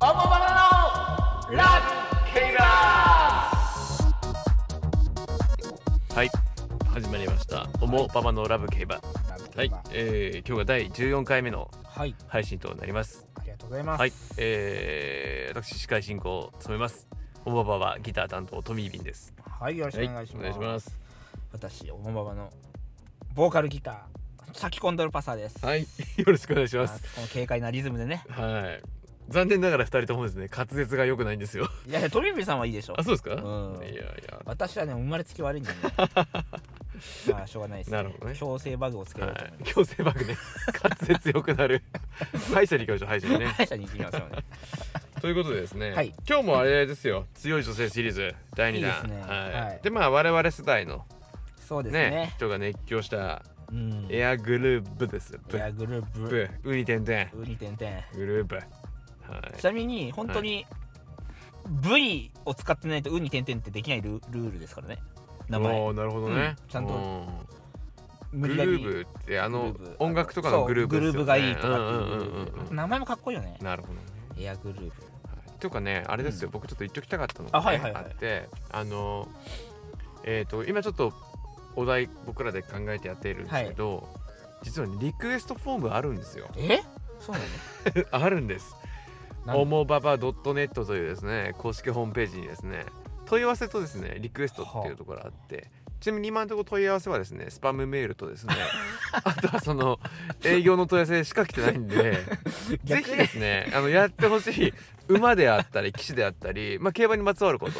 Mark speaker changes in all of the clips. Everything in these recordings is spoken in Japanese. Speaker 1: オモバナのラッキーラ
Speaker 2: はい始まりました「おもパパのラブ競馬」
Speaker 1: ブ
Speaker 2: はい、えー今日が第14回目の
Speaker 1: はい、
Speaker 2: 配信となります
Speaker 1: ありがとうございます。
Speaker 2: はいえー、私司会進行を務めますおもパパはギター担当トミービンです
Speaker 1: はい、よろしくお願いします。
Speaker 2: はい、お願いします
Speaker 1: 私、オモババのボーカルギター、サキコンドルパサーです。
Speaker 2: はいよろしくお願いします
Speaker 1: この軽快なリズムでね。
Speaker 2: はい残念ながら二人ともですね滑舌が良くないんですよ
Speaker 1: いやい や、トミビさんはいいでしょ
Speaker 2: あ。そうですか、
Speaker 1: うん
Speaker 2: いやいや
Speaker 1: 私はね、生まれつき悪いんでね。 まあ、しょうがないです、ね。
Speaker 2: なるほどね
Speaker 1: 強制バグをつけようと
Speaker 2: は
Speaker 1: 思い
Speaker 2: い、
Speaker 1: ます。
Speaker 2: 強制バ グね滑舌良くなる歯医者に行きましょう歯医者にね
Speaker 1: 歯医者に行ってきま すよね。
Speaker 2: ということでですね、
Speaker 1: はい
Speaker 2: 今日もあれですよ強い女性シリーズ第2弾
Speaker 1: いいですね
Speaker 2: はい
Speaker 1: はい
Speaker 2: でまあ我々世代の
Speaker 1: そうです
Speaker 2: ね
Speaker 1: ね。
Speaker 2: 人が熱狂した
Speaker 1: うん。
Speaker 2: エアグルーブですよブ
Speaker 1: エアグループ、
Speaker 2: ブウニテンテン
Speaker 1: ウニテンテン。
Speaker 2: グルーブは
Speaker 1: ちなみに本当に V を使ってないと「う」に点々ってできないルルールですからね
Speaker 2: い
Speaker 1: 名前
Speaker 2: おーなるほどね、
Speaker 1: うんちゃんと
Speaker 2: うんグ
Speaker 1: 無理や
Speaker 2: ル
Speaker 1: り
Speaker 2: ーブってあの
Speaker 1: グルーブ
Speaker 2: 音楽とかのグルーブですよ、ね、
Speaker 1: そうグルーブがいいとかっていう
Speaker 2: うんうんうんうんうん
Speaker 1: 名前もかっこいいよね
Speaker 2: なるほどね
Speaker 1: エアグルーブ
Speaker 2: はいというかねあれですよ、僕ちょっと言っときたかったの
Speaker 1: あ
Speaker 2: が、
Speaker 1: はい
Speaker 2: ね
Speaker 1: はいはい
Speaker 2: あってあのえっ、と今ちょっとお題僕らで考えてやっているんですけど、実はねリクエストフォームあるんですよ
Speaker 1: えそうなの
Speaker 2: あるんです
Speaker 1: なん
Speaker 2: おもばば .net というですね公式ホームページにですね問い合わせとですねリクエストっていうところがあってちなみに今のところ問い合わせはですねスパムメールとですね あとはその営業の問い合わせしか来てないんでぜ
Speaker 1: 逆
Speaker 2: ひですねあのやってほしい馬であったり騎士であったり、まあ、競馬にまつわること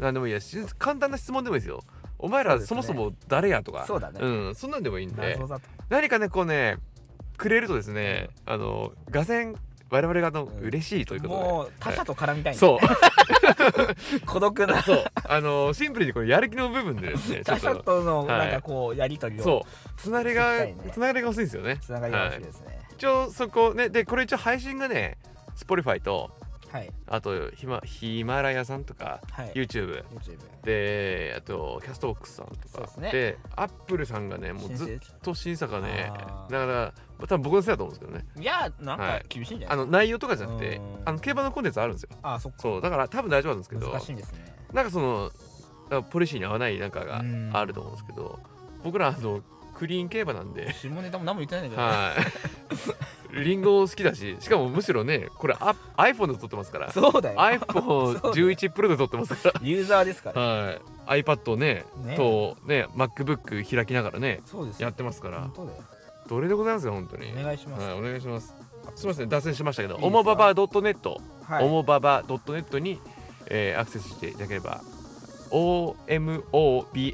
Speaker 2: 何でもいいですし簡単な質問でもいいですよお前らそもそも誰やとか
Speaker 1: そうだね
Speaker 2: ん、そんなんでもいいんで
Speaker 1: 謎だと
Speaker 2: 何かねこうねくれるとですね、あのがぜん我々があの、
Speaker 1: うん
Speaker 2: 嬉しいということで
Speaker 1: もう他者と絡みたいね
Speaker 2: そう
Speaker 1: 孤独 な
Speaker 2: そうあのシンプルにこれやる気の部分でです ねちょ
Speaker 1: 他
Speaker 2: っ
Speaker 1: 者
Speaker 2: と
Speaker 1: との
Speaker 2: はい
Speaker 1: なんかこうやりとりを
Speaker 2: そうつながりが、
Speaker 1: 聞きたいね
Speaker 2: つながりが欲しいんですよね
Speaker 1: つながりが欲しいですね
Speaker 2: 一応そこねでこれ一応配信がね Spotify と
Speaker 1: はい
Speaker 2: あとヒマヒマラヤさんとか
Speaker 1: はい
Speaker 2: YouTube
Speaker 1: YouTube
Speaker 2: であとキャストボックスさんと
Speaker 1: そう
Speaker 2: か
Speaker 1: ですね
Speaker 2: でアップルさんがねもうずっ
Speaker 1: 先
Speaker 2: と審査がね
Speaker 1: あー
Speaker 2: だから多分僕のせいだと思うんですけどね
Speaker 1: 生いやなんか厳しいんじゃ
Speaker 2: あ
Speaker 1: ない
Speaker 2: の内容とかじゃなくて
Speaker 1: うん
Speaker 2: あの競馬のコンテンツあるんですよ
Speaker 1: ああそっか
Speaker 2: そうだから多分大丈夫なんですけど
Speaker 1: 難しいんですね
Speaker 2: なんかそのなんかポリシーに合わないなんかが
Speaker 1: うん
Speaker 2: あると思うんですけど僕らあのクリーン競馬なん で
Speaker 1: 下ネタも何も言ってないんだけどね
Speaker 2: はいリンゴ好きだししかもむしろねこれあ iPhone で撮ってますから
Speaker 1: そうだよ
Speaker 2: iPhone11 Pro で撮ってますから
Speaker 1: ユーザーですから
Speaker 2: はい、iPad をね
Speaker 1: ね
Speaker 2: とね MacBook 開きながらね
Speaker 1: そうですよ
Speaker 2: やってますから
Speaker 1: 本当だよ
Speaker 2: どれでございますよ本当に
Speaker 1: お願いします
Speaker 2: はい、お願いしますすみません脱線しましたけど
Speaker 1: いいです
Speaker 2: お
Speaker 1: か
Speaker 2: もばば .net
Speaker 1: はい
Speaker 2: おもばば .net に、えーアクセスしていただければ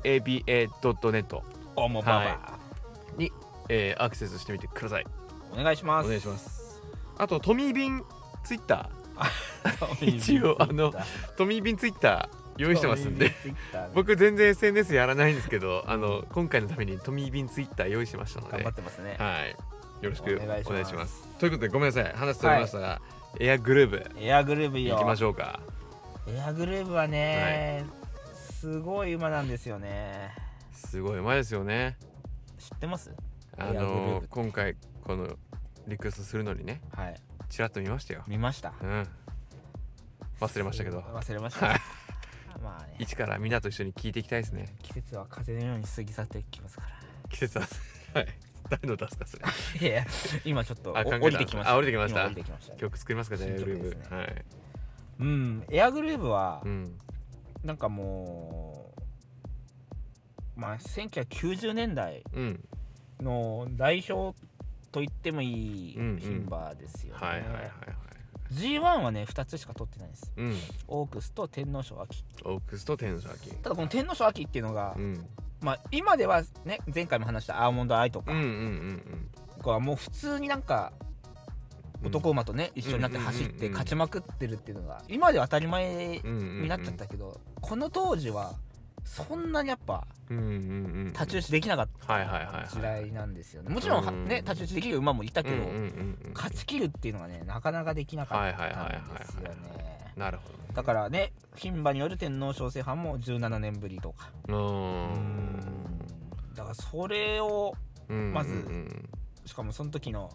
Speaker 2: omobaba.net
Speaker 1: おもばば、
Speaker 2: はに、えーアクセスしてみてください
Speaker 1: お願いします
Speaker 2: お願いしますあとトミービンツイッタ 一
Speaker 1: 一
Speaker 2: 応
Speaker 1: 応
Speaker 2: あ
Speaker 1: あ
Speaker 2: の
Speaker 1: の
Speaker 2: ートミービンツイッター用
Speaker 1: 用
Speaker 2: 意
Speaker 1: 意
Speaker 2: し
Speaker 1: してて
Speaker 2: ま
Speaker 1: ますす
Speaker 2: ん
Speaker 1: ん
Speaker 2: で
Speaker 1: で
Speaker 2: 僕全然 SNS やらないんですけどあの今回のためにトミービンツイッター用意しましたので
Speaker 1: てますね
Speaker 2: はいよろしくお
Speaker 1: お
Speaker 2: 願
Speaker 1: 願
Speaker 2: い
Speaker 1: い
Speaker 2: し
Speaker 1: します
Speaker 2: ますということでごめんなさい話それましたが、エアグルーブ
Speaker 1: エアグルーブ
Speaker 2: 行きましょうか
Speaker 1: エアグルーブはね、すごい馬なんですよね
Speaker 2: すごいうまいですよね
Speaker 1: 知ってます
Speaker 2: あ
Speaker 1: エアグルー
Speaker 2: の
Speaker 1: ブ
Speaker 2: 今回このリクエストするのにね
Speaker 1: はい
Speaker 2: ちらっと見ましたよ
Speaker 1: 見ました
Speaker 2: うん忘れましたけど
Speaker 1: 忘れました
Speaker 2: はい
Speaker 1: まあね
Speaker 2: 一からみんなと一緒に聞いていきたいですね
Speaker 1: 季節は風のように過ぎ去ってきますから
Speaker 2: 季節 ははい誰の出すかそれ
Speaker 1: いやいや今ちょっとお
Speaker 2: あ考えた
Speaker 1: 降りてきました
Speaker 2: あ降りてきました
Speaker 1: 今降りてきました
Speaker 2: 曲作りますかねエア
Speaker 1: 新
Speaker 2: グ
Speaker 1: 曲
Speaker 2: ルー
Speaker 1: です
Speaker 2: ブ
Speaker 1: ね
Speaker 2: はい
Speaker 1: うんエアグルーブは、
Speaker 2: うん
Speaker 1: なんかもうまあ1990年代
Speaker 2: うん
Speaker 1: の代表と言ってもいい
Speaker 2: うんうん
Speaker 1: 牝馬ですよね、
Speaker 2: はいはいはいはい
Speaker 1: G1 はね2つしか取ってないです
Speaker 2: うん
Speaker 1: オークスと天皇賞秋
Speaker 2: オークスと天使秋
Speaker 1: ただこの天皇賞秋っていうのが、
Speaker 2: うん
Speaker 1: まあ今ではね前回も話したアーモンドアイとか
Speaker 2: うんうんうん
Speaker 1: はもう普通になんか
Speaker 2: うん
Speaker 1: 男馬とね、一緒になって走
Speaker 2: う
Speaker 1: っ
Speaker 2: んうんうんう
Speaker 1: て
Speaker 2: ん
Speaker 1: 勝ちまくってるっていうのが今では当たり前に
Speaker 2: に
Speaker 1: なっちゃったけど、この当時はそんなにやっぱ
Speaker 2: うんうんうん
Speaker 1: 太刀打ちできなかっ
Speaker 2: はいはいはいは
Speaker 1: た
Speaker 2: い
Speaker 1: 時代なんですよね、もちろんは
Speaker 2: うん
Speaker 1: ね太刀打ちできる馬もいたけど、
Speaker 2: うんうんうんうん
Speaker 1: 勝ち切るっていうのがねなかなかできなかったんですよ
Speaker 2: はいはいはい
Speaker 1: ね
Speaker 2: なるほどね
Speaker 1: だからね牝馬による天皇賞制覇も17年ぶりとか
Speaker 2: うー
Speaker 1: だからそれを
Speaker 2: ん
Speaker 1: まず
Speaker 2: うんうんうん
Speaker 1: しかもその時の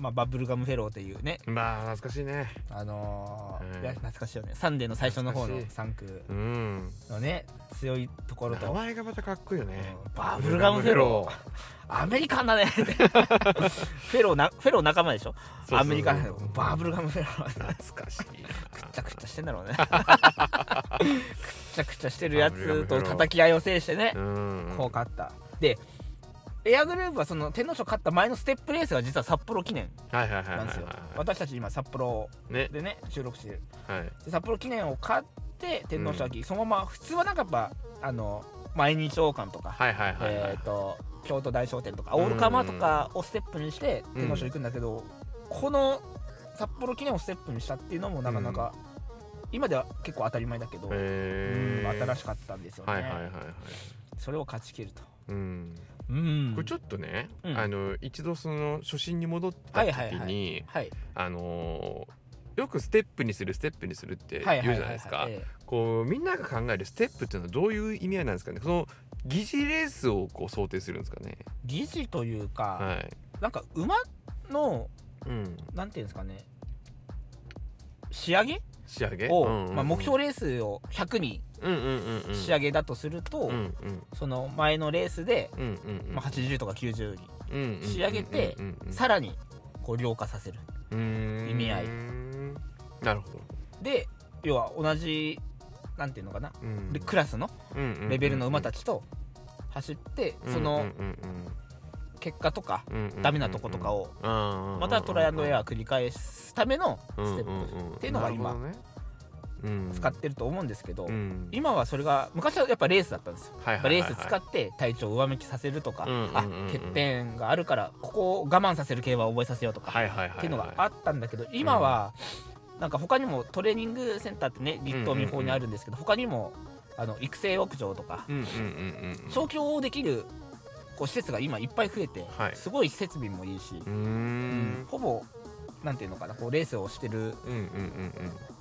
Speaker 1: まあ、バブルガムフェローというね、
Speaker 2: まあ懐かしいね
Speaker 1: あのー
Speaker 2: うん
Speaker 1: いや懐かしいよねサンデーの最初の方の
Speaker 2: 懐かしい
Speaker 1: 3区
Speaker 2: うん
Speaker 1: のね強いところ
Speaker 2: 名
Speaker 1: と
Speaker 2: 前がまたかっこいいよね
Speaker 1: うんバブルガムフェローアメリカンだ ねフェローなフェロー仲間でしょアメリカンだよバブルガムフェロー
Speaker 2: 懐かしい
Speaker 1: くっちゃくちゃしてん だろうねくっちゃくちゃしてるやつと叩き合いを制してね
Speaker 2: うん
Speaker 1: こう勝ったでエアグループはその天皇賞勝った前のステップレースが実は札幌記念
Speaker 2: はいはいはい
Speaker 1: な
Speaker 2: は
Speaker 1: ん
Speaker 2: い
Speaker 1: ですよ
Speaker 2: は
Speaker 1: 私たち今札幌
Speaker 2: いね
Speaker 1: でね収録してる
Speaker 2: はい
Speaker 1: で札幌記念を勝って天皇賞秋、そのまま普通はなんかやっぱあの毎日王冠とか、
Speaker 2: はいはいはいはい
Speaker 1: えっ、と京都大商店とかオールカマとかをステップにして
Speaker 2: うん
Speaker 1: 天皇賞行くんだけど、この札幌記念をステップにしたっていうのもなかなか、今では結構当たり前だけど、
Speaker 2: え
Speaker 1: うん新
Speaker 2: し
Speaker 1: しかったんですよね、
Speaker 2: はいはいはいはい
Speaker 1: それを勝ちきると。
Speaker 2: うん
Speaker 1: うん
Speaker 2: これちょっとね、
Speaker 1: うん
Speaker 2: あの一度その初心に戻った時に、
Speaker 1: はいはいははい、
Speaker 2: あのーよくステップにするステップにするって
Speaker 1: はい
Speaker 2: 言う
Speaker 1: は
Speaker 2: じゃ
Speaker 1: はは
Speaker 2: ないですか
Speaker 1: ええ
Speaker 2: こうみんなが考えるステップっていうのはどういう意味合いなんですかねその疑似レースをこう想定するんですかね
Speaker 1: 疑似というか、
Speaker 2: はい、
Speaker 1: なんか馬の
Speaker 2: うん、
Speaker 1: なんていうんですかね仕上げ
Speaker 2: 仕上げ
Speaker 1: を、
Speaker 2: うんうんうん
Speaker 1: まあ、目標レースを100に
Speaker 2: うんうんうんうん
Speaker 1: 仕上げだとすると、
Speaker 2: うんうん
Speaker 1: その前のレースで、
Speaker 2: うんうんうん
Speaker 1: まあ、80とか90に
Speaker 2: うんうんうん
Speaker 1: 仕上げて
Speaker 2: うんうんうん
Speaker 1: さらにこう量化させる。
Speaker 2: うーん
Speaker 1: 意味合い
Speaker 2: なるほど
Speaker 1: で要は同じなんていうのかな
Speaker 2: うん
Speaker 1: でクラスの
Speaker 2: うんうんうん
Speaker 1: レベルの馬たちと走って
Speaker 2: うん
Speaker 1: そ
Speaker 2: うん
Speaker 1: の
Speaker 2: うん
Speaker 1: 結果とか
Speaker 2: うんうんうん
Speaker 1: ダメなとことかをま
Speaker 2: ま
Speaker 1: たトライアンドエアー繰り返すためのステップっていうのが今
Speaker 2: 今
Speaker 1: 使ってると思うんですけど
Speaker 2: うん
Speaker 1: 今はそれが昔はやっぱレースだったんですよ。
Speaker 2: はい
Speaker 1: やっ
Speaker 2: は
Speaker 1: ぱ
Speaker 2: いはいは
Speaker 1: レー
Speaker 2: い
Speaker 1: ス使って体調を上向きさせるとか、
Speaker 2: うんうん
Speaker 1: あ
Speaker 2: うんうん
Speaker 1: てっぺんがあるからここを我慢させる競馬を覚えさせようとか、
Speaker 2: はいはいはい
Speaker 1: っていうのがあったんだけど今はなんか他にもトレーニングセンターってね立東美法にあるんですけど他にもあの育成牧場とか
Speaker 2: うんうんうんうん
Speaker 1: 調教できるこう施設が今いっぱい増えて
Speaker 2: はい
Speaker 1: すごい設備もいいし、
Speaker 2: うー
Speaker 1: うん
Speaker 2: ん
Speaker 1: ほぼなんていうのかなこうレースをしてる
Speaker 2: うんうんうんうん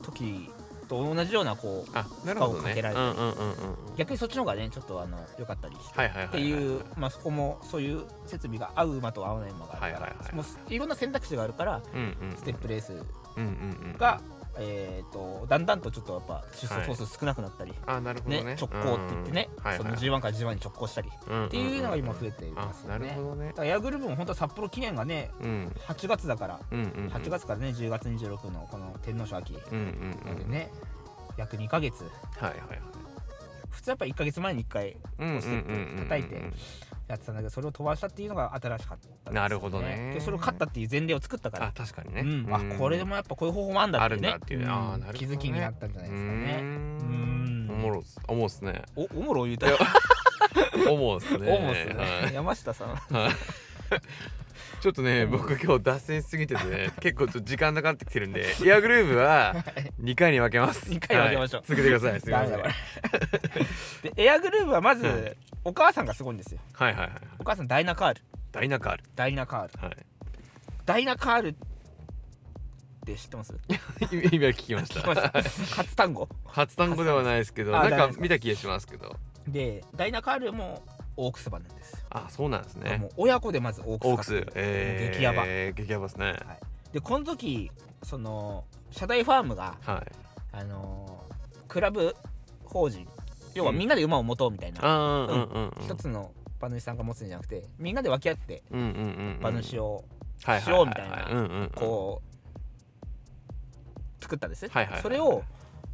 Speaker 1: 時と同じようなこう
Speaker 2: あなるほど
Speaker 1: 負荷をか
Speaker 2: ね
Speaker 1: けられて
Speaker 2: うんうんうんうん
Speaker 1: 逆にそっちの方がねちょっとあの良かったりして。
Speaker 2: はいはいはいはい
Speaker 1: っていう、まあ、そこもそういう設備が合う馬と合わない馬があるから、
Speaker 2: はいはいはい
Speaker 1: もういろんな選択肢があるから
Speaker 2: うんうんうん
Speaker 1: ステップレース
Speaker 2: うんうんうん
Speaker 1: が、えー、とだんだんとちょっとやっぱ出走頭数少なくなったり、
Speaker 2: あなるほど
Speaker 1: ね
Speaker 2: ね
Speaker 1: 直行って言ってね、
Speaker 2: うんはいはい
Speaker 1: その G1 から G1 に直行したりっ
Speaker 2: って
Speaker 1: いうのが今増え
Speaker 2: て
Speaker 1: ていますよ
Speaker 2: なる
Speaker 1: ね。
Speaker 2: ほどね
Speaker 1: だからエアグループも本当は札幌記念がね
Speaker 2: うん
Speaker 1: 8月だから
Speaker 2: うんうんうん
Speaker 1: 8月からね10月26のこの天皇賞秋
Speaker 2: うんうんう
Speaker 1: まで
Speaker 2: ん
Speaker 1: ね、約2ヶ月
Speaker 2: はいはいはい
Speaker 1: 普通やっぱ1ヶ月前に1回
Speaker 2: うんうん
Speaker 1: ステップ叩いて
Speaker 2: うんうんうん
Speaker 1: やってたんだけどそれを飛ばしたっていうのが新しかったんですよ、
Speaker 2: なるほどね
Speaker 1: でそれを勝ったっていう前例を作ったから
Speaker 2: あ確かにね
Speaker 1: うん、あこれでもやっぱこういう方法もあるんだっていうね
Speaker 2: あるんだっていうねあー
Speaker 1: ん
Speaker 2: なるほどね
Speaker 1: 気づきになったんじゃな
Speaker 2: う
Speaker 1: い
Speaker 2: ー
Speaker 1: ですかね
Speaker 2: ん
Speaker 1: うん
Speaker 2: おもろっすおもろっすね
Speaker 1: おおもろ言うたよ
Speaker 2: おもろっす
Speaker 1: お
Speaker 2: ね
Speaker 1: もっす
Speaker 2: は
Speaker 1: ね
Speaker 2: い
Speaker 1: 山下さん
Speaker 2: ちょっとね僕今日脱線しすぎてて ね結構ちょっと時間なくなってきてるんでエアグルーヴは2回に分けます
Speaker 1: 二回に分けましょう
Speaker 2: はい続けてくださいすみません
Speaker 1: ダ
Speaker 2: は
Speaker 1: メ
Speaker 2: い
Speaker 1: だ でエアグルーヴはまず、
Speaker 2: うん
Speaker 1: お母さんがすごいんですよ
Speaker 2: はいはい
Speaker 1: お母さんダイナカール
Speaker 2: ダイナカール
Speaker 1: ダイナカール
Speaker 2: は
Speaker 1: ダイナカールって知 ってます
Speaker 2: い今聞きまし
Speaker 1: 聞きましたた初単語
Speaker 2: 初単語ではないですけど
Speaker 1: あ
Speaker 2: な
Speaker 1: ダメ
Speaker 2: ん
Speaker 1: で
Speaker 2: か
Speaker 1: すか
Speaker 2: 見た気がしますけど
Speaker 1: でダイナカールもオークス馬なんですよ
Speaker 2: あそうなんですね
Speaker 1: もう親子でまずオークス
Speaker 2: オークス
Speaker 1: 買ってる
Speaker 2: えー
Speaker 1: 激ヤバ
Speaker 2: 激ヤバですね
Speaker 1: でこの時その社大ファームが
Speaker 2: はい
Speaker 1: あのークラブ法人要はみんなで馬を持とうみたいな、
Speaker 2: あーうんうんうん
Speaker 1: 一つの馬主さんが持つんじゃなくてみんなで分け合って
Speaker 2: うんうんうんうん
Speaker 1: 馬主を
Speaker 2: はい
Speaker 1: しようみたいな
Speaker 2: はははうんうんうん
Speaker 1: こう作ったんです、
Speaker 2: はいはいはい
Speaker 1: それを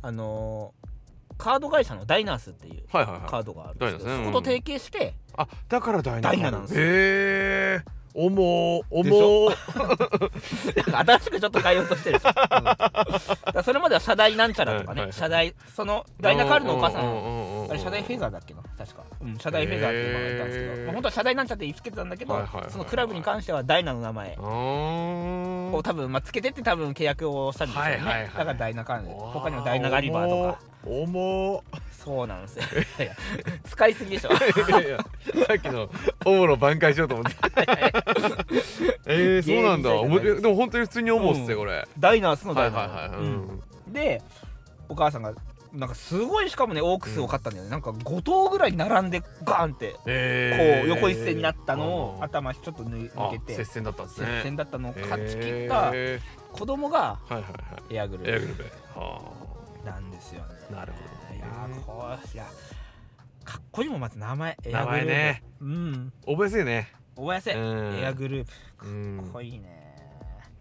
Speaker 1: あのーカード会社のダイナースっていう
Speaker 2: はいはいはい
Speaker 1: カードがあるんですけど、
Speaker 2: ダイナースね
Speaker 1: そこと提携して、
Speaker 2: あだからダイナ
Speaker 1: ダイナなんですよ
Speaker 2: へえおもーお
Speaker 1: でし
Speaker 2: もー
Speaker 1: なん か新しくちょっと変えようとしてるでしょ、うんだからそれまでは社大なんちゃらとかね、
Speaker 2: はいはいはい
Speaker 1: 社大そのダイナカールのお母さん
Speaker 2: ん
Speaker 1: あれ、社大フェザーだっけな、確か。うん、社大フェザーっていう馬がいたんですけど、
Speaker 2: へー
Speaker 1: まあ、本当は社大なんちゃって言いつけてたんだけど、
Speaker 2: はいはいはいはい
Speaker 1: そのクラブに関してはダイナの名前
Speaker 2: あー
Speaker 1: を多分、まあ、つけてって多分契約をしたんでしょうね。
Speaker 2: はいはいはい
Speaker 1: だからダイナカーンで、他にもダイナガリバーとか、
Speaker 2: おも
Speaker 1: そうなんですよ。いやいや使いすぎ でしょ。
Speaker 2: ーいやいやさっきのおもろ挽回しようと思ってえー、そうなんだ
Speaker 1: 芸人みたいじゃない
Speaker 2: おもでも本当に普通に思うっすね
Speaker 1: うん
Speaker 2: これ、
Speaker 1: ダイナースの
Speaker 2: は
Speaker 1: ダ
Speaker 2: い
Speaker 1: イナ
Speaker 2: はいはい、
Speaker 1: ー
Speaker 2: うん
Speaker 1: で、お母さんがなんかすごいしかもねオークスを買ったんだよね、なんか5頭ぐらい並んでガーンってこ
Speaker 2: え
Speaker 1: う
Speaker 2: ー
Speaker 1: 横一線になったのを
Speaker 2: あー
Speaker 1: 頭ちょっと抜い抜け
Speaker 2: あ
Speaker 1: て
Speaker 2: 接戦だったんです
Speaker 1: 接
Speaker 2: ね
Speaker 1: 戦だったのを勝ち切
Speaker 2: え
Speaker 1: った
Speaker 2: ー
Speaker 1: 子供が
Speaker 2: はいはいはい
Speaker 1: エアグル
Speaker 2: エア
Speaker 1: ー
Speaker 2: グルベは
Speaker 1: プなんですよね。
Speaker 2: あなる
Speaker 1: いや
Speaker 2: ほど
Speaker 1: ー
Speaker 2: ね
Speaker 1: こういやかっこいいもんまず名前エ
Speaker 2: 名
Speaker 1: アグル
Speaker 2: 前
Speaker 1: ープ、
Speaker 2: ね
Speaker 1: うん
Speaker 2: 覚えやすいね
Speaker 1: 覚えやすい、
Speaker 2: うん
Speaker 1: エアグループ
Speaker 2: う
Speaker 1: か
Speaker 2: ん
Speaker 1: っこいいね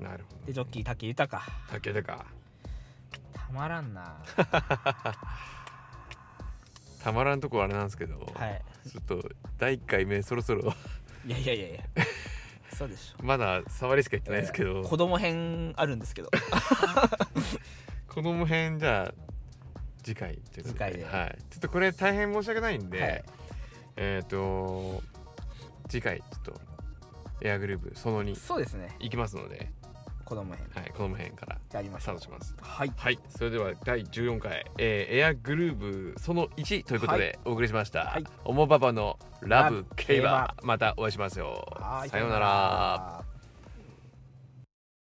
Speaker 2: なるほど
Speaker 1: でジョッキー武豊か
Speaker 2: 竹田か
Speaker 1: たまらんな
Speaker 2: たまらんとこあれなんですけど
Speaker 1: はい
Speaker 2: ちょっと第1回目そろそろ
Speaker 1: いやいやいやいやそうでしょ
Speaker 2: まだ触りしか言ってないですけど
Speaker 1: 子供編あるんですけど
Speaker 2: 子供編じゃあ次回ということ
Speaker 1: 次回で
Speaker 2: はい、ちょっとこれ大変申し訳ないんで、
Speaker 1: はい
Speaker 2: えっ、と次回ちょっとエアグループその2
Speaker 1: そうですね
Speaker 2: いきますので、
Speaker 1: 子供編
Speaker 2: はい、この辺から
Speaker 1: やりま
Speaker 2: ス
Speaker 1: し
Speaker 2: タ
Speaker 1: ょ
Speaker 2: ー
Speaker 1: う
Speaker 2: トします
Speaker 1: はい
Speaker 2: はいそれでは第14回、えーエアグループその1ということでお送りしました、
Speaker 1: はい
Speaker 2: おもばばのラ
Speaker 1: ラ
Speaker 2: ブ
Speaker 1: ブ
Speaker 2: 競
Speaker 1: 競馬
Speaker 2: 馬またお会いしましょ
Speaker 1: は
Speaker 2: う
Speaker 1: い
Speaker 2: さようなら
Speaker 1: さようなら